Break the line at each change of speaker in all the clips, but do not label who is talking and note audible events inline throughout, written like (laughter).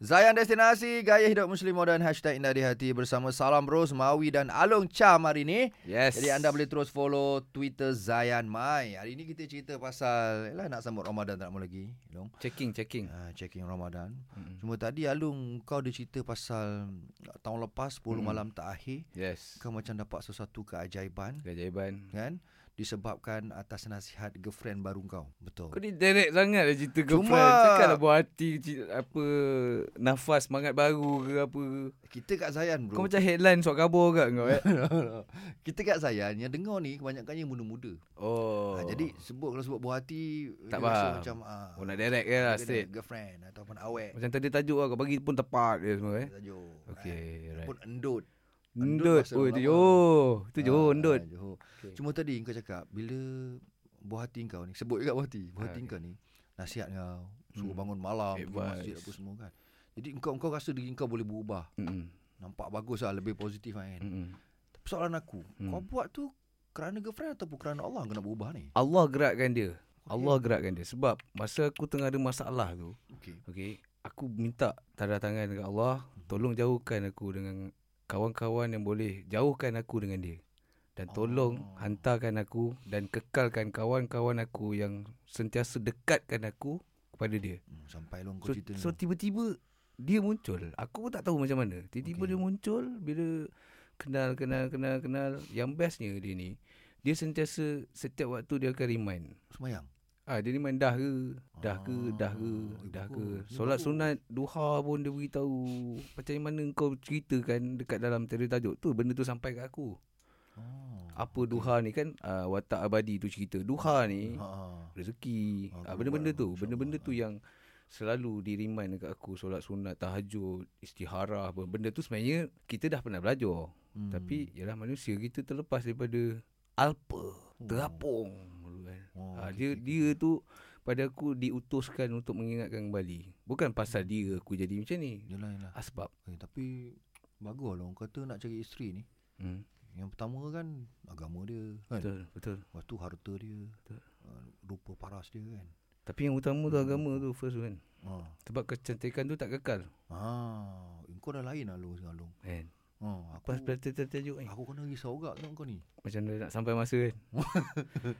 Zayan Destinasi, gaya hidup Muslim moden, hashtag indah di hati bersama Salam Ros, Mawi dan Along Cham hari ini.
Yes.
Jadi anda boleh terus follow Twitter Zayan Mai. Hari ini kita cerita pasal, yalah nak sambut Ramadan tak lama lagi. Long.
checking checking.
Uh, checking Ramadan.
Mm-mm.
Cuma tadi Alung kau ada cerita pasal tahun lepas 10
Mm.
malam tak akhir.
Yes.
Kau macam dapat sesuatu keajaiban
Keajaiban.
kan? Disebabkan atas nasihat girlfriend baru kau. Betul.
Kau ni direct sangat lah cerita
Cuma-
girlfriend. Cakap lah buah hati ci- apa nafas semangat baru ke apa. ke.
Kita kat Zayan bro.
Kau macam headline surat khabar kat kau eh.
(laughs) Kita kat Zayan yang dengar ni kebanyakannya muda-muda.
Oh.
Oh. Ha, jadi sebut kalau sebut buah hati
Tak
dia rasa
faham.
macam ah
Oh nak direct ke lah
dia ada
straight.
girlfriend ataupun awek.
Macam tadi tajuk lah kau bagi pun tepat dia semua eh.
Tajuk.
Okay,
Right.
right.
Pun endut.
Endut.
pasal
Oh,
lama.
itu Johor. Itu Johor
Ah,
endut.
Johor.
Okay.
Cuma tadi kau cakap bila buah hati kau ni sebut juga buah hati, buah
Ah,
hati
okay.
kau ni nasihat kau suruh
Hmm.
bangun malam, pergi
Advice.
masjid apa semua kan. Jadi engkau engkau rasa diri kau boleh berubah.
Mm-mm.
Nampak bagus lah Lebih positif lah kan
Mm-mm.
Soalan aku
Hmm.
Kau buat tu Kerana girlfriend Ataupun kerana Allah Kau nak berubah ni
Allah gerakkan dia.
Okey.
Allah gerakkan dia. Sebab masa aku tengah ada masalah tu.
okay.
Okey, aku minta tanda tangan dekat Allah, tolong jauhkan aku dengan kawan-kawan yang boleh jauhkan aku dengan dia. Dan tolong
Oh.
oh. hantarkan aku dan kekalkan kawan-kawan aku yang sentiasa dekatkan aku kepada dia.
hmm, Sampai long kau
So,
cerita so,
so
ni
tiba-tiba dia muncul. Aku pun tak tahu macam mana.
Okey.
Tiba-tiba okay. dia muncul bila kenal kenal kenal kenal. Yang bestnya dia ni, dia sentiasa setiap waktu dia akan remind.
Semayang
Ah, dia ni main dah ke, dah ke, dah ke,
Ah, eh,
dah
bagus.
ke.
Ni
Solat
bagus.
sunat duha pun dia beritahu. Macam mana kau ceritakan dekat dalam tadi tajuk tu, benda tu sampai kat aku.
oh.
Apa duha ni kan uh, watak abadi tu cerita. Duha ni
ha,
rezeki.
Ah,
Ah, benda-benda
keluar,
tu,
insyaAllah.
benda-benda tu yang selalu di-remind dekat aku solat sunat, tahajud, istiharah apa. Benda tu sebenarnya kita dah pernah belajar.
Hmm.
Tapi ialah manusia kita terlepas daripada alpa,
Oh.
terapung dulu kan.
oh,
Ha,
okay,
dia
okay,
dia tu pada aku diutuskan untuk mengingatkan kembali. Bukan pasal dia aku jadi macam
okay.
ni.
Yelah yelah
Ah, sebab
eh, Tapi Bagus lah Orang kata nak cari isteri ni
hmm,
Yang pertama kan Agama dia kan?
betul betul.
Lepas tu harta dia
Betul.
ah, Rupa paras dia kan
Tapi yang utama tu agama tu first tu kan.
ha.
Sebab kecantikan tu tak kekal.
Ah, Kau dah lain lah Long sekarang Long
Kan.
ha,
Pas
aku,
pelata tertajuk ni.
aku kena risau gak tengok kau ni
eh, Macam mana nak sampai masa (laughs) kan.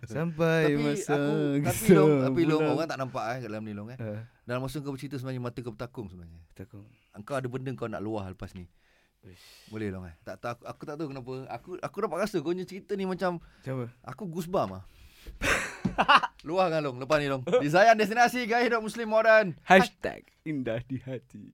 sampai
tapi
masa.
aku tapi
kita
long tapi long
pulang.
orang tak nampak eh kat dalam ni long eh.
Ah,
Dalam masa kau bercerita sebenarnya mata kau bertakung sebenarnya.
takut.
Engkau ada benda kau nak luah lepas ni.
Uish.
Boleh long eh. Tak tahu aku, aku tak tahu kenapa. Aku aku dapat rasa kau punya cerita ni macam
Macam apa?
aku goosebump ah. luah kan long lepas ni long. Di Zayan destinasi gaya hidup muslim moden.
Hashtag indah di hati.